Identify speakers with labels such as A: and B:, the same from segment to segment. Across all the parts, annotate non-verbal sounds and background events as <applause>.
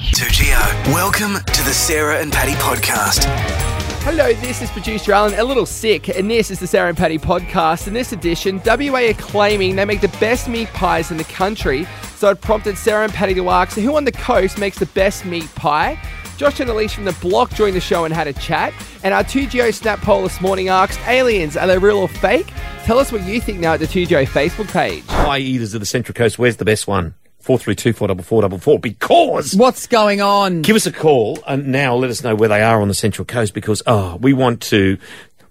A: 2GO. Welcome to the Sarah and Patty podcast.
B: Hello, this is producer Alan, a little sick, and this is the Sarah and Patty podcast. In this edition, WA are claiming they make the best meat pies in the country, so it prompted Sarah and Patty to ask who on the coast makes the best meat pie. Josh and Elise from the block joined the show and had a chat, and our 2GO snap poll this morning asked aliens, are they real or fake? Tell us what you think now at the 2GO Facebook page.
C: pie eaters of the Central Coast, where's the best one? Four three two four double four double four. Because
D: What's going on?
C: give us a call and now let us know where they are on the Central Coast. Because oh, we want to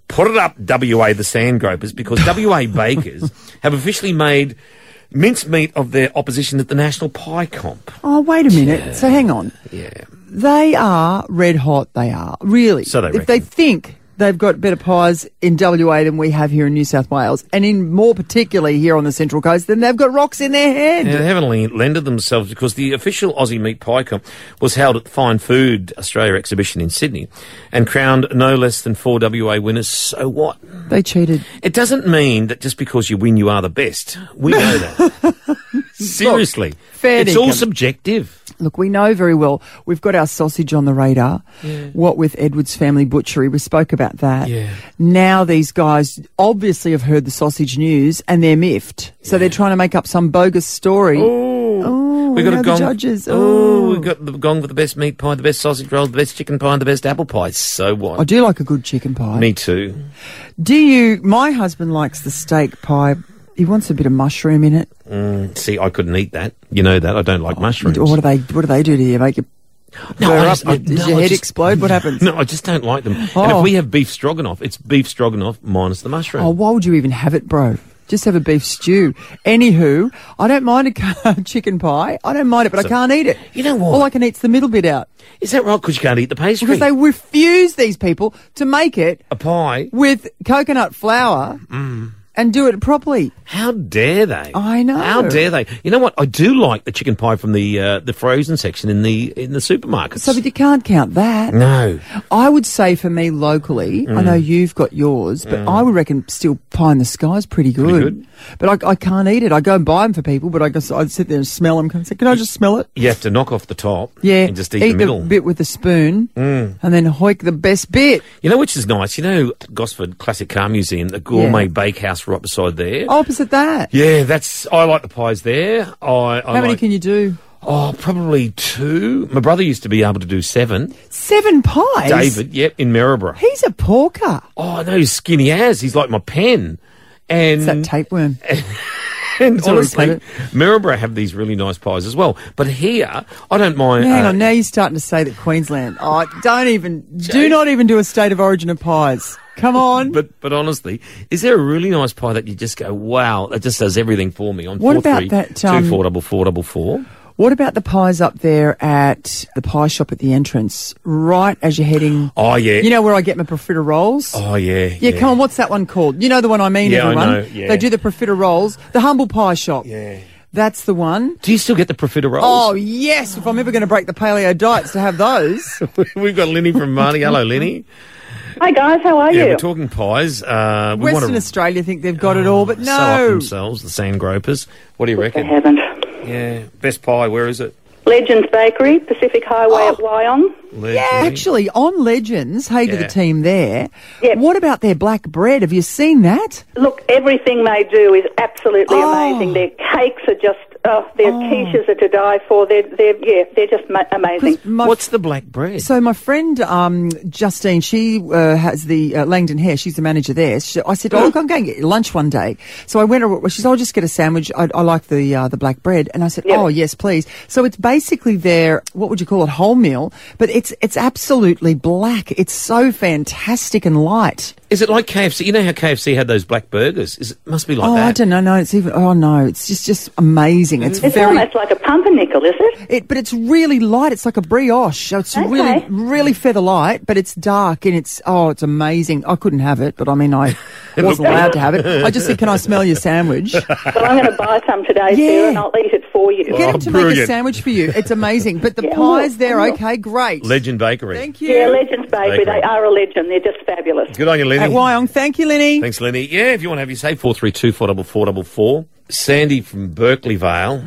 C: put it up, WA the Sand Gropers, because WA bakers have officially made mincemeat of their opposition at the National Pie Comp.
D: Oh, wait a minute. So hang on.
C: Yeah,
D: They are red hot, they are. Really.
C: So they
D: If they
C: reckon.
D: think they've got better pies in WA than we have here in New South Wales, and in more particularly here on the Central Coast, then they've got rocks in their head.
C: Yeah, they haven't len- lended themselves because the official Aussie Meat Pie Comp was held at the Fine Food Australia exhibition in Sydney and crowned no less than four WA winners. So what?
D: They cheated.
C: It doesn't mean that just because you win, you are the best. We
D: <laughs>
C: know that. Seriously.
D: fair
C: it's all
D: dinkum.
C: subjective.
D: Look, we know very well we've got our sausage on the radar. What with Edwards family butchery, we spoke about that.
C: Yeah.
D: Now these guys obviously have heard the sausage news and they're miffed, so they're trying to make up some bogus story.
C: Oh,
D: we know the judges.
C: Oh, we
D: Ooh.
C: got the gong for the best meat pie, the best sausage roll, the best chicken pie, and the best apple pie. So
D: I
C: what?
D: do like a good chicken pie.
C: Me too.
D: Do you? My husband likes the steak pie. He wants a bit of mushroom in it.
C: See, I couldn't eat that. You know that. I don't like mushrooms.
D: Or Oh, what do they? What do they do to you? Make you
C: No,
D: flare
C: I
D: up?
C: just- I-
D: Does
C: no,
D: your
C: I
D: head
C: just-
D: explode? What happens?
C: <laughs> No, I just don't like them. And
D: Oh.
C: if we have beef stroganoff, it's beef stroganoff minus the mushroom.
D: Oh, why would you even have it, bro? Just have a beef stew. Anywho, I don't mind a <laughs> ca- chicken pie. I don't mind it, but I can't eat it.
C: You know what?
D: All I can eat's the middle bit out
C: Is that right? Because you can't eat the pastry.
D: because they refuse these people to make it
C: a pie.
D: with coconut flour
C: Mm.
D: and do it properly.
C: How dare they?
D: I know.
C: How dare they? You know what? I do like the chicken pie from the uh, the frozen section in the in the supermarkets.
D: So, but you can't count that.
C: no,
D: I would say for me locally, I
C: Mm.
D: know you've got yours, but I would reckon still pie in the sky is pretty good.
C: good.
D: But I, I can't eat it. I go and buy them for people, but I just, I'd sit there and smell them. Can I, say, can I just smell it?
C: you have to knock off the top.
D: Yeah.
C: and just eat, the middle. Mm.
D: bit with a spoon and then hoik the best bit.
C: you know which is nice. You know Gosford Classic Car Museum, the gourmet bakehouse right beside there.
D: Opposite that.
C: Yeah, that's. I like the pies there. I, I
D: How many
C: like-
D: can you do?
C: Oh, probably two. My brother used to be able to do seven.
D: Seven pies.
C: David, yep, in Maryborough.
D: He's a porker.
C: Oh, I know he's skinny as. He's like my pen. And
D: It's that
C: Mm.
D: tapeworm.
C: And
D: all right,
C: honestly,
D: mate.
C: Maryborough have these really nice pies as well. But here, I don't mind.
D: Hang
C: uh,
D: on, now you're starting to say that Queensland. Oh, don't even, do not even do a state of origin of pies. Come on.
C: But but honestly, is there a really nice pie that you just go, wow, that just does everything for me? On
D: What
C: four
D: about
C: three
D: that,
C: two
D: um,
C: four double four double four.
D: What about the pies up there at the pie shop at the entrance, right as you're heading?
C: Oh yeah.
D: You know where I get my profiteroles?
C: Oh yeah.
D: yeah, come on, what's that one called? You know the one I mean,
C: Yeah, I
D: everyone.
C: know, yeah.
D: They do the profiteroles, the humble pie shop.
C: Yeah.
D: That's the one.
C: Do you still get the profiteroles?
D: Oh yes, if I'm ever going to break the paleo diets to have
C: <laughs>
D: those.
C: <laughs> we've got Lenny from Marty. Hello, Lenny.
E: Hi guys, how are
C: Yeah,
E: you?
C: we're talking pies. Uh, we
D: Western
C: want to
D: Australia think they've got it all, but
C: sell up
D: no.
C: themselves, the sand gropers. What do you
E: I
C: reckon?
E: haven't.
C: Yeah, best pie. Where is it?
E: Legends Bakery, Pacific Highway
D: Oh.
E: at Wyong.
C: Legendary.
D: Yeah, actually, on Legends, hey to
C: Yeah.
D: the team there.
E: Yep.
D: What about their black bread? Have you seen that?
E: Look, everything they do is absolutely
D: Oh.
E: amazing. Their cakes are just, oh, their quiches are to die for. They're, they're yeah, they're just ma- amazing.
D: My
C: What's the black bread?
D: So my friend um, Justine, she uh, has the uh, Langdon Hair. She's the manager there. She, I said, "Oh, look, I'm going to get lunch one day." So I went. over- She said, "I'll just get a sandwich. I, I like the uh, the black bread." And I said,
E: Yeah.
D: "Oh, yes, please." So it's basically their what would you call it wholemeal, but it's it's absolutely black. It's so fantastic and light.
C: Is it like KFC? You know how KFC had those black burgers? Is it must be like
D: oh,
C: that?
D: I don't know. No, it's even. Oh no, it's just just amazing. It's,
E: It's
D: very.
E: almost like a pumpernickel, is it?
D: <laughs> It, but it's really light. It's like a brioche. So it's
E: Okay.
D: really, really feather light, but it's dark and it's, oh, it's amazing. I couldn't have it, but I mean,
C: <laughs>
D: I wasn't allowed to have it. I just said, can I smell your sandwich?
E: Well, I'm going to buy some today,
D: Yeah.
E: Sarah, and I'll eat it for you.
D: Get
C: Oh,
D: him to make a
C: brilliant.
D: sandwich for you. It's amazing. But the
E: Yeah, I will.
D: pie's there.
E: I will.
D: Okay, great.
C: Legend Bakery.
D: Thank you.
E: Yeah, Legends Bakery,
C: Bakery.
E: they are a legend. They're just fabulous.
C: Good on you,
D: At
C: Lenny.
D: Wyong. Thank you, Lenny.
C: Thanks, Lenny. Yeah, if you want to have your say, 432 444 Sandy from Berkeley Vale.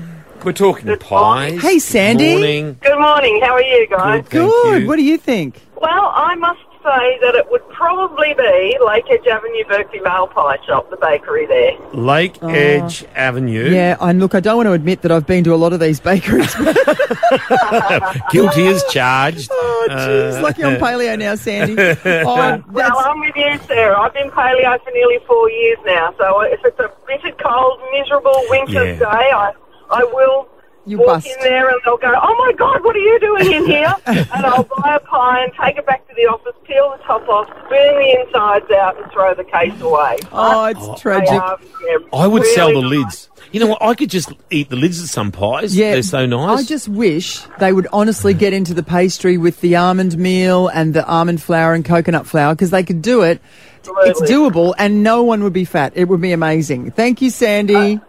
C: We're talking pies.
D: Hey, Sandy.
C: Morning.
F: Good morning. How are you guys?
C: Thank
D: Good.
C: you.
D: What do you think?
F: Well, I must say that it would probably be Lake Edge Avenue Berkeley Mail Pie Shop, the bakery there.
C: Lake Edge Avenue.
D: Oh. Yeah, and look, I don't want to admit that I've been to a lot of these bakeries. <laughs> oh,
C: Guilty as charged.
D: Oh, jeez, lucky
C: Uh,
D: I'm paleo now,
C: <laughs>
D: Sandy. Oh,
F: Well,
D: that's,
F: I'm with you, Sarah. I've been paleo for nearly four years now, so if it's a bitter cold, miserable winter's
C: Yeah.
F: day, I, I will
D: You
F: walk
D: bust.
F: in there and they'll go, oh my God, what are you doing in
C: <laughs>
F: here? and I'll buy a pie and take it back to the office, peel the top off, burn the insides out and throw the case away.
D: oh, it's tragic.
F: They are, yeah,
C: I would sell the
F: really nice.
C: lids. You know what? I could just eat the lids of some pies.
D: Yeah,
C: They're so nice.
D: I just wish they would honestly get into the pastry with the almond meal and the almond flour and coconut flour because they could do it. It's
F: Absolutely.
D: doable, and no one would be fat. It would be amazing. Thank you, Sandy.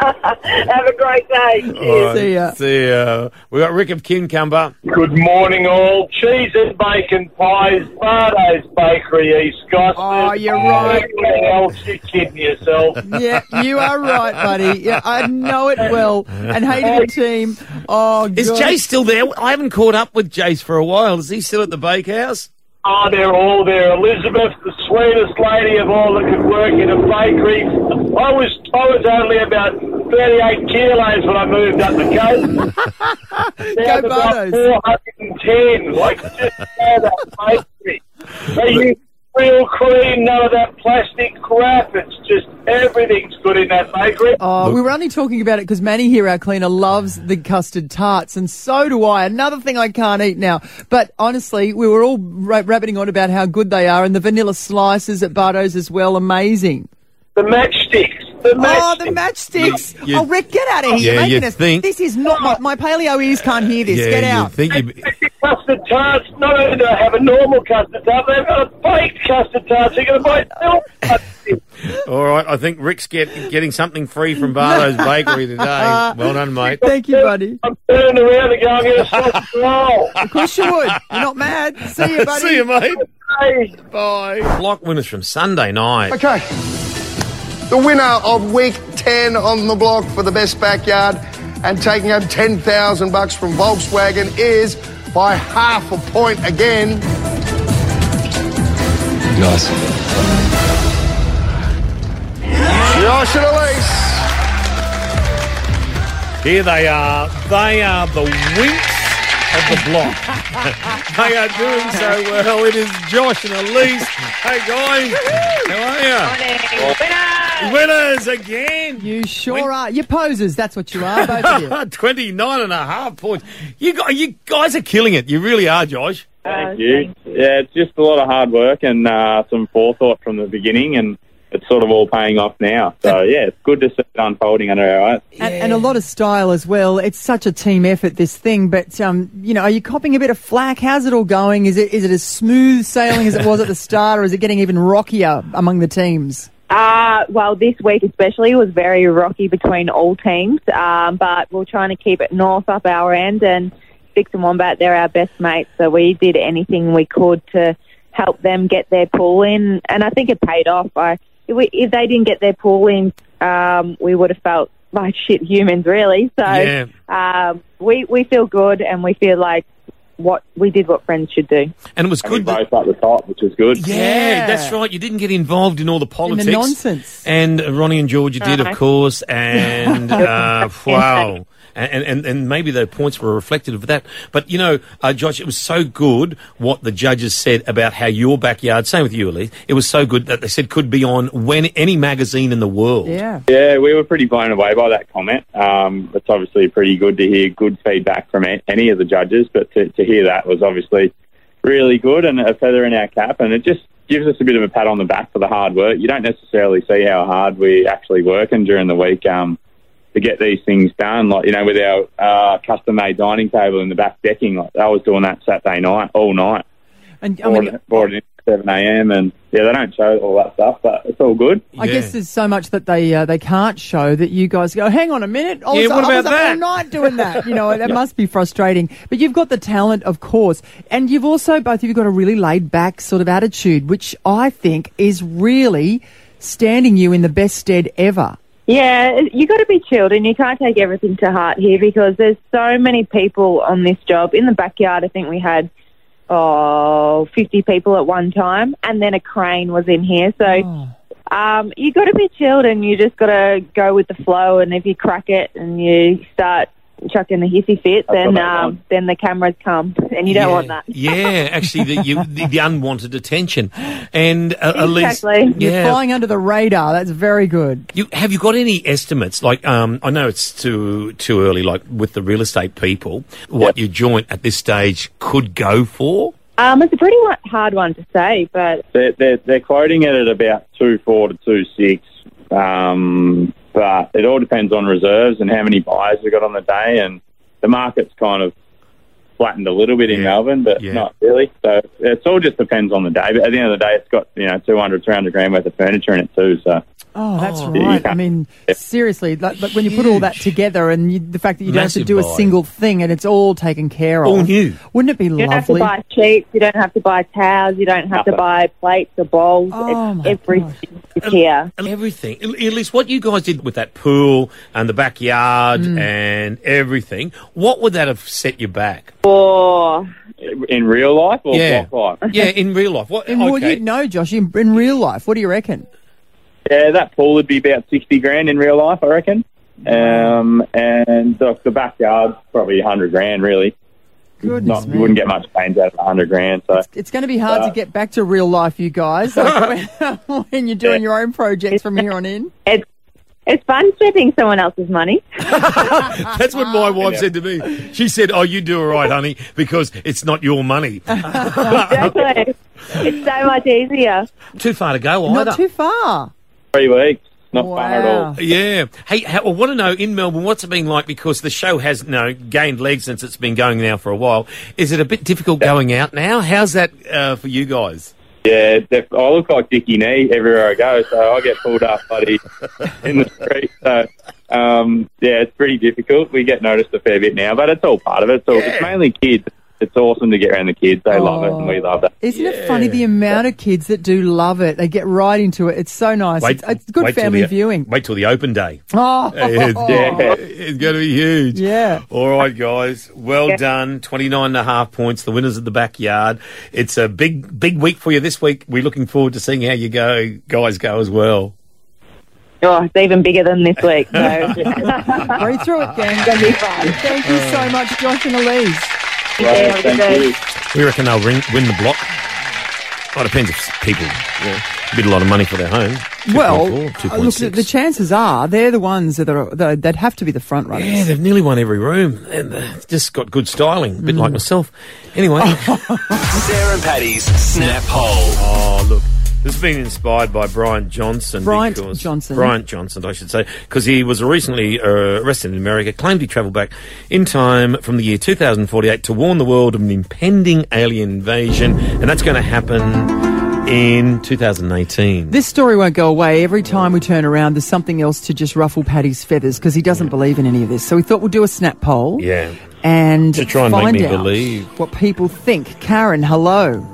F: Have a great day. Cheers.
C: All right,
D: See ya.
C: See ya. We got Rick of Kincumber.
D: Oh,
G: Good morning, all. Cheese and bacon pies, Bardo's Bakery, East Gosford.
D: Oh, you're right.
G: Everywhere else, you're kidding yourself.
D: yeah, you are right, buddy. Yeah, I know it well. And hey to the team. Oh,
C: Is
D: God.
C: Jay still there? I haven't caught up with Jace for a while. Is he still at the bakehouse?
G: Oh, they're all there. Elizabeth, the sweetest lady of all that could work in a bakery. I was, I was only about 38 kilos when I moved up the
D: <laughs>
G: coast. Now I'm about
D: Bardos.
G: 410. Like, just out of that bakery. They use real cream, none of that plastic crap. It's just everything's good in that bakery.
D: Oh, we were only talking about it because Manny here, our cleaner, loves the custard tarts, and so do I. Another thing I can't eat now. But honestly, we were all ra- rabbiting on about how good they are, and the vanilla slices at Bardo's as well. Amazing.
G: The matchsticks.
D: Oh,
G: The matchsticks.
D: the matchsticks.
C: You- you-
D: oh, Rick, get out of here.
C: Yeah,
D: You're making
C: you
D: us.
C: think-
D: This is not my, my paleo ears can't hear this. get out.
C: Think you'd be-
G: custard tarts. Not only do they have a normal custard tart, they've got a baked custard tart. So you're going to buy milk custard.
C: All right, I think Rick's get, getting something free
D: <laughs>
C: from Barlow's Bakery today. Well done, mate.
D: Uh, Thank you, buddy.
G: I'm turning around and going, I'm going to sausage roll.
D: Of course you would. You're not mad. See you, buddy.
C: <laughs> See you, mate.
G: Hey.
C: Bye. Block winners from Sunday night.
H: Okay. The winner of week 10 on the block for the best backyard and taking home 10,000 bucks from Volkswagen is by half a point again.
I: Nice.
H: Josh and Elise.
C: Here they are. They are the winks of the block.
D: <laughs>
C: they are doing so well. It is Josh and Elise. Hey, guys. How are you? Winners again.
D: You sure are. You posers. That's what you are, both of you.
C: 29 and a half points. You guys, you guys are killing it. You really are, Josh.
J: Thank you. Yeah, it's just a lot of hard work and uh, some forethought from the beginning, and it's sort of all paying off now. So yeah, it's good to see it unfolding under our eyes.
D: and, and a lot of style as well. It's such a team effort, this thing. But um, you know, are you copying a bit of flack? How's it all going? Is it is it as smooth sailing as it was at the start, or is it getting even rockier among the teams?
K: Uh, well, this week especially was very rocky between all teams, um, but we're trying to keep it north up our end. And Six and Wombat, they're our best mates, so we did anything we could to help them get their pool in, and I think it paid off. I, if, we, if they didn't get their pool in, um, we would have felt like <laughs> shit humans, really. So
C: Yeah.
K: um, we we feel good, and we feel like what we did what friends should do.
C: And it was
J: And we
C: good. that-
J: both at the top, which is good.
C: Yeah,
D: Yeah.
C: that's right. You didn't get involved in all the politics.
D: nonsense.
C: And Ronnie and Georgia did, of
K: Right. <laughs>
C: course. And uh, wow. And, and, and maybe the points were reflective of that. But, you know, uh, Josh, it was so good what the judges said about how your backyard, same with you, Elise, it was so good that they said could be on when any magazine in the world.
D: Yeah.
J: Yeah, we were pretty blown away by that comment. Um, it's obviously pretty good to hear good feedback from a- any of the judges, but to, to hear that was obviously really good and a feather in our cap. And it just gives us a bit of a pat on the back for the hard work. You don't necessarily see how hard we actually work and during the week um, to get these things done. Like, you know, with our uh, custom made dining table in the back decking, like, I was doing that Saturday night, all night.
D: And I
J: Brought,
D: mean,
J: it, brought it in at 7 a.m. And yeah, they don't show all that stuff, but it's all good.
D: I guess there's so much that they uh, they can't show that you guys go. Hang on a minute. I was,
C: Yeah, what
D: I was
C: about
D: up all
C: that?"
D: night doing that. You
C: <laughs>
D: know, that must be frustrating. But you've got the talent, of course, and you've also both of you got a really laid back sort of attitude, which I think is really standing you in the best stead ever.
K: Yeah, you got to be chilled, and you can't take everything to heart here because there's so many people on this job. In the backyard, I think we had oh, 50 people at one time, and then a crane was in here. So um, you got to be chilled, and you just got to go with the flow. And if you crack it and you start chucking the hissy fit, then
C: what I
K: um, then the cameras come, and you don't
C: Yeah.
K: want that.
C: yeah, actually, the, you, the, the unwanted attention. And uh, Elise,
D: You're
C: yeah,
D: flying under the radar. That's very good.
C: You have you got any estimates? Like, um, I know it's too too early. Like with the real estate people, what your joint at this stage could go for?
K: Um, it's a pretty wa- hard one to say, but
J: They're, they're, they're quoting it at about two four to two six, um, but it all depends on reserves and how many buyers we got on the day. And the market's kind of flattened a little bit in Melbourne, but not really. So it's all just depends on the day. But at the end of the day, it's got you know 200, 300 grand worth of furniture in it too. So
D: Oh, that's
J: Oh.
D: right. I
J: Yeah.
D: mean, seriously, like, but when you put all that together and you, the fact that you don't have to
J: Massive
D: do
J: buy.
D: a single thing and it's all taken care of.
C: All new.
D: Wouldn't it be
K: You don't have to
D: lovely?
K: buy sheets. You don't have to buy towels. You don't have to buy plates or bowls. it's everything is here.
C: Everything. At least what you guys did with that pool and the backyard
K: Mm.
C: and everything. What would that have set you back?
K: Or
J: in real life or
C: Yeah.
J: block life?
C: Yeah, in real life. What?
D: And well, you'd know, Josh, in, in real life. What do you reckon?
J: Yeah, that pool would be about sixty grand in real life, I reckon. Um, and the, the backyard probably hundred grand, really.
D: Goodness
J: Not,
D: me.
J: you wouldn't get much gains out of hundred grand. So
D: It's going to be
C: Uh.
D: hard to get back to real life, you guys,
C: <laughs>
D: like when, <laughs> when you're doing your own projects from here on in.
K: It's it's fun spending someone
C: <laughs>
K: else's money.
C: That's what my wife said to me. She said, "Oh, you do all right, honey, because it's not your money.
K: exactly. It's so much easier.
C: Too far to go either."
D: Not too far.
J: Three weeks, not far at all.
C: Yeah. Hey, ha- I want to know in Melbourne what's it been like because the show has you know, gained legs since it's been going now for a while. Is it a bit difficult going out now? How's that uh, for you guys?
J: Yeah, def- I look like Dickie Knee everywhere I go, so I get pulled up bloody <laughs> in the street. So, um, yeah, it's pretty difficult. We get noticed a fair bit now, but it's all part of it. So it's mainly kids. It's awesome to get around the kids. They love it, and we love that.
D: Isn't it funny the amount of kids that do love it? They get right into it. It's so nice. it's, it's good
C: wait till
D: family
C: the- e-
D: viewing.
C: Wait till the
D: <laughs>
C: open day.
D: Oh,
C: It's, yeah, it's going to be huge.
D: Yeah.
C: All right, guys. Well done. 29 and a half points. The winners of the backyard. It's a big, big week for you this week. We're looking forward to seeing how you go, guys go as well.
K: Oh, it's even bigger than this week. So.
D: Breathe through it, gang.
K: It's gonna be fun.
D: Thank you so much, Josh and Elise.
K: Right, have a good thank day. you.
C: We reckon they'll ring, win the block. Well, it depends if people yeah, bid a lot of money for their home.
D: Well,
C: 2.4,
D: uh, look, the, the chances are they're the ones that are that that have to be the front runners.
C: Yeah, they've nearly won every room. And uh, it's just got good styling, a bit like myself. Anyway.
A: Sarah and Patty's Snap Hole.
C: <laughs> Oh, look. This has been inspired by Brian Johnson.
A: Bryant
C: because,
A: Johnson.
C: Bryant Johnson, I should say, because he was recently uh, arrested in America, claimed he travelled back in time from the year 2048 to warn the world of an impending alien invasion, and that's going to happen in 2018.
D: This story won't go away. Every time we turn around, there's something else to just ruffle Paddy's feathers because he doesn't believe in any of this. So we thought we'll do a snap poll
C: Yeah.
D: and
C: To try and make
D: find
C: me
D: out
C: believe.
D: what people think. Karen, hello.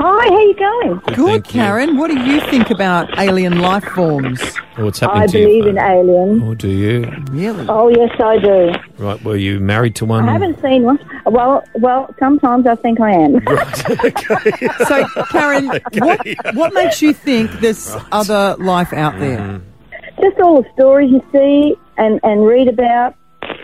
K: Hi, how you going?
D: Good, Karen. What do you think about alien life forms?
C: What's
I: I believe in aliens.
C: Oh, do you?
D: Really?
I: Oh yes, I do.
C: Right, were you married to one?
I: I haven't seen one. Well, well, sometimes I think I am.
C: <laughs>
D: so, Karen, what, what makes you think there's other life out there?
I: <laughs>
C: Mm-hmm.
I: just all the stories you see and and read about,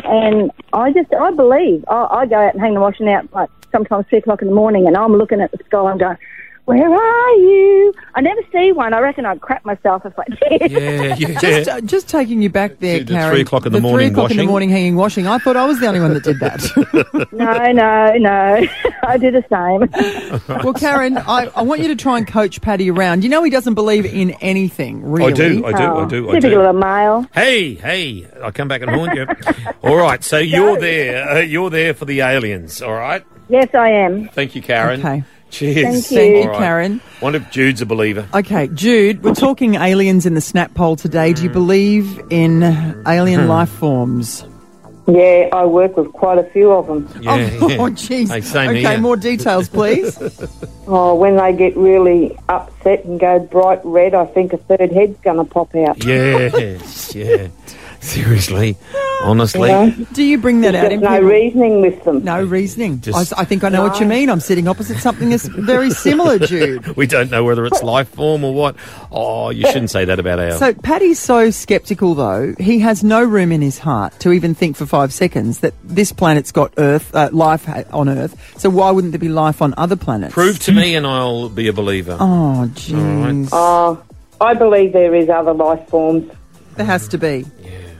I: and I just I believe. I, I go out and hang the washing out like sometimes three o'clock in the morning, and I'm looking at the sky and going, "Where are you?" I never see one. I reckon I'd crap myself if I did. <laughs>
D: Just, uh, just taking you back there,
C: To the
D: Karen.
C: three o'clock in the morning
D: Three o'clock in the
C: washing.
D: morning, hanging washing. I thought I was the only one that did
C: <laughs>
D: that.
I: no, no, no. I do the same.
D: well, Karen, I, I want you to try and coach Paddy around. You know he doesn't believe in anything, really.
C: do, I do, I do, I do. Typical
I: of a male.
C: Hey, hey, I come back and haunt you. all right, so you're there. Uh, you're there for the aliens, all right?
I: Yes, I am.
C: Thank you, Karen.
D: Okay.
C: Cheers.
D: Thank you. Thank you,
C: All right.
D: Karen.
C: Wonder if Jude's a believer.
D: Okay, Jude, we're talking aliens in the snap poll today.
C: Hmm.
D: Do you believe in alien life forms?
L: <laughs> Yeah, I work with quite a few of them.
D: <laughs> Yeah, Oh, yeah.
C: <laughs>
D: jeez. Hey, same Okay, here. more details, please.
L: oh, when they get really upset and go bright red, I think a third head's going to pop out.
C: Yeah. yeah. Seriously, honestly.
D: Do you bring that
L: There's
D: out in
L: no
D: people?
L: reasoning with them.
D: No reasoning.
C: Just-
D: I s- I, think I know what you
L: No.
D: mean. I'm sitting opposite something that's very similar, Jude.
C: we don't know whether it's life form or what. Oh, you shouldn't say that about ours.
D: So Paddy's so sceptical, though he has no room in his heart to even think for five seconds that this planet's got Earth uh, life ha- on Earth. So why wouldn't there be life on other planets?
C: Prove to me and I'll be a believer.
D: Oh, jeez.
L: Oh, I believe there is other life forms.
D: There has to be.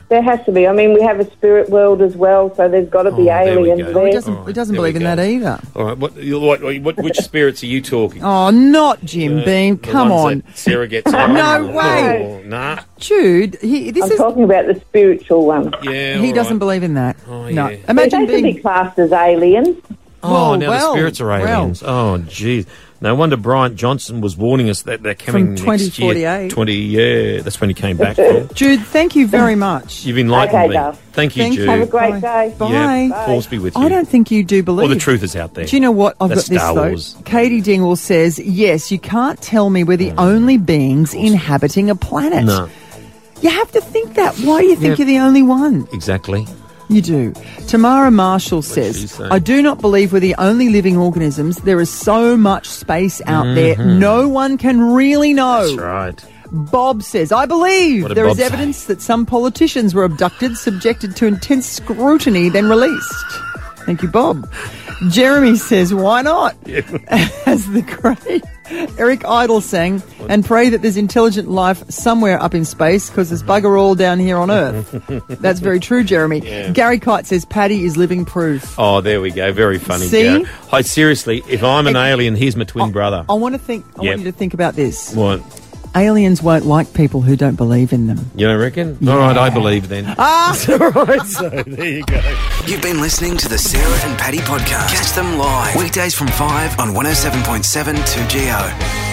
L: There has to be. I mean, we have a spirit world as well, so there's got to be
C: Oh, there we
L: aliens
C: go.
L: there.
C: He
D: doesn't- he doesn't
C: there we
D: believe in
C: go.
D: that either.
C: All right, what, you- what,
D: <laughs>
C: what, which spirits are you talking?
D: Oh, not Jim
C: Uh,
D: Beam.
C: the
D: Come
C: ones
D: on,
C: that Sarah
D: <laughs>
C: gets.
D: No
C: on?
D: way.
C: Oh, nah.
D: Jude. He, this
L: I'm
D: is.
L: talking about the spiritual one.
C: Yeah.
D: He
C: all
D: doesn't
C: right.
D: believe in that.
C: Oh,
D: no.
C: yeah.
D: Imagine
L: they should
D: being.
L: be classed as aliens.
C: Oh,
D: Well,
C: now
D: well,
C: the spirits are
D: well.
C: aliens. Oh, jeez. No wonder Bryant Johnson was warning us that they're coming
D: From
C: next year.
D: 2048.
C: Twenty, yeah, that's when he came back. From.
D: Jude, thank you
C: <laughs>
D: very much.
C: You've enlightened
L: Okay,
C: me.
L: Dove.
C: Thank you,
D: Thank
C: Jude.
D: you.
L: Have a great
D: Bye.
L: day.
D: Bye.
C: Yeah, force be with you.
D: I don't think you do believe.
C: Well, the truth is out there.
D: Do you know what? I've
C: That's
D: got this
C: Star
D: though.
C: Wars.
D: Katie Dingwall says, "Yes, you can't tell me we're the only beings inhabiting a planet.
C: Mm. No,
D: You have to think that. Why do you think
C: Yeah.
D: you're the only one?
C: exactly.
D: You do." Tamara Marshall
C: she
D: says,
C: say?
D: "I do not believe we're the only living organisms. There is so much space out there. No one can really know."
C: Mm-hmm. That's right.
D: Bob says, I believe
C: What did
D: there is
C: Bob say?
D: evidence that some politicians were abducted, subjected to intense scrutiny, then released. Thank you, Bob. Jeremy says, why
C: <laughs>
D: not? As the great Eric Idle sang, and pray that there's intelligent life somewhere up in space because there's bugger all down here on Earth.
C: <laughs>
D: That's very true, Jeremy. Gary Kite says, Paddy is living proof.
C: Oh, there we go. Very funny.
D: See? Oh,
C: Gareth. I seriously, if I'm an alien, here's my twin brother.
D: I want to think. I
C: Yep.
D: want you to think about this.
C: What?
D: Aliens won't like people who don't believe in them.
C: You don't reckon? All right, I believe then.
D: Ah!
C: there you go.
A: You've been listening to the oh Sarah and Patty podcast. Catch them live weekdays from 5 on 107.7 2GO.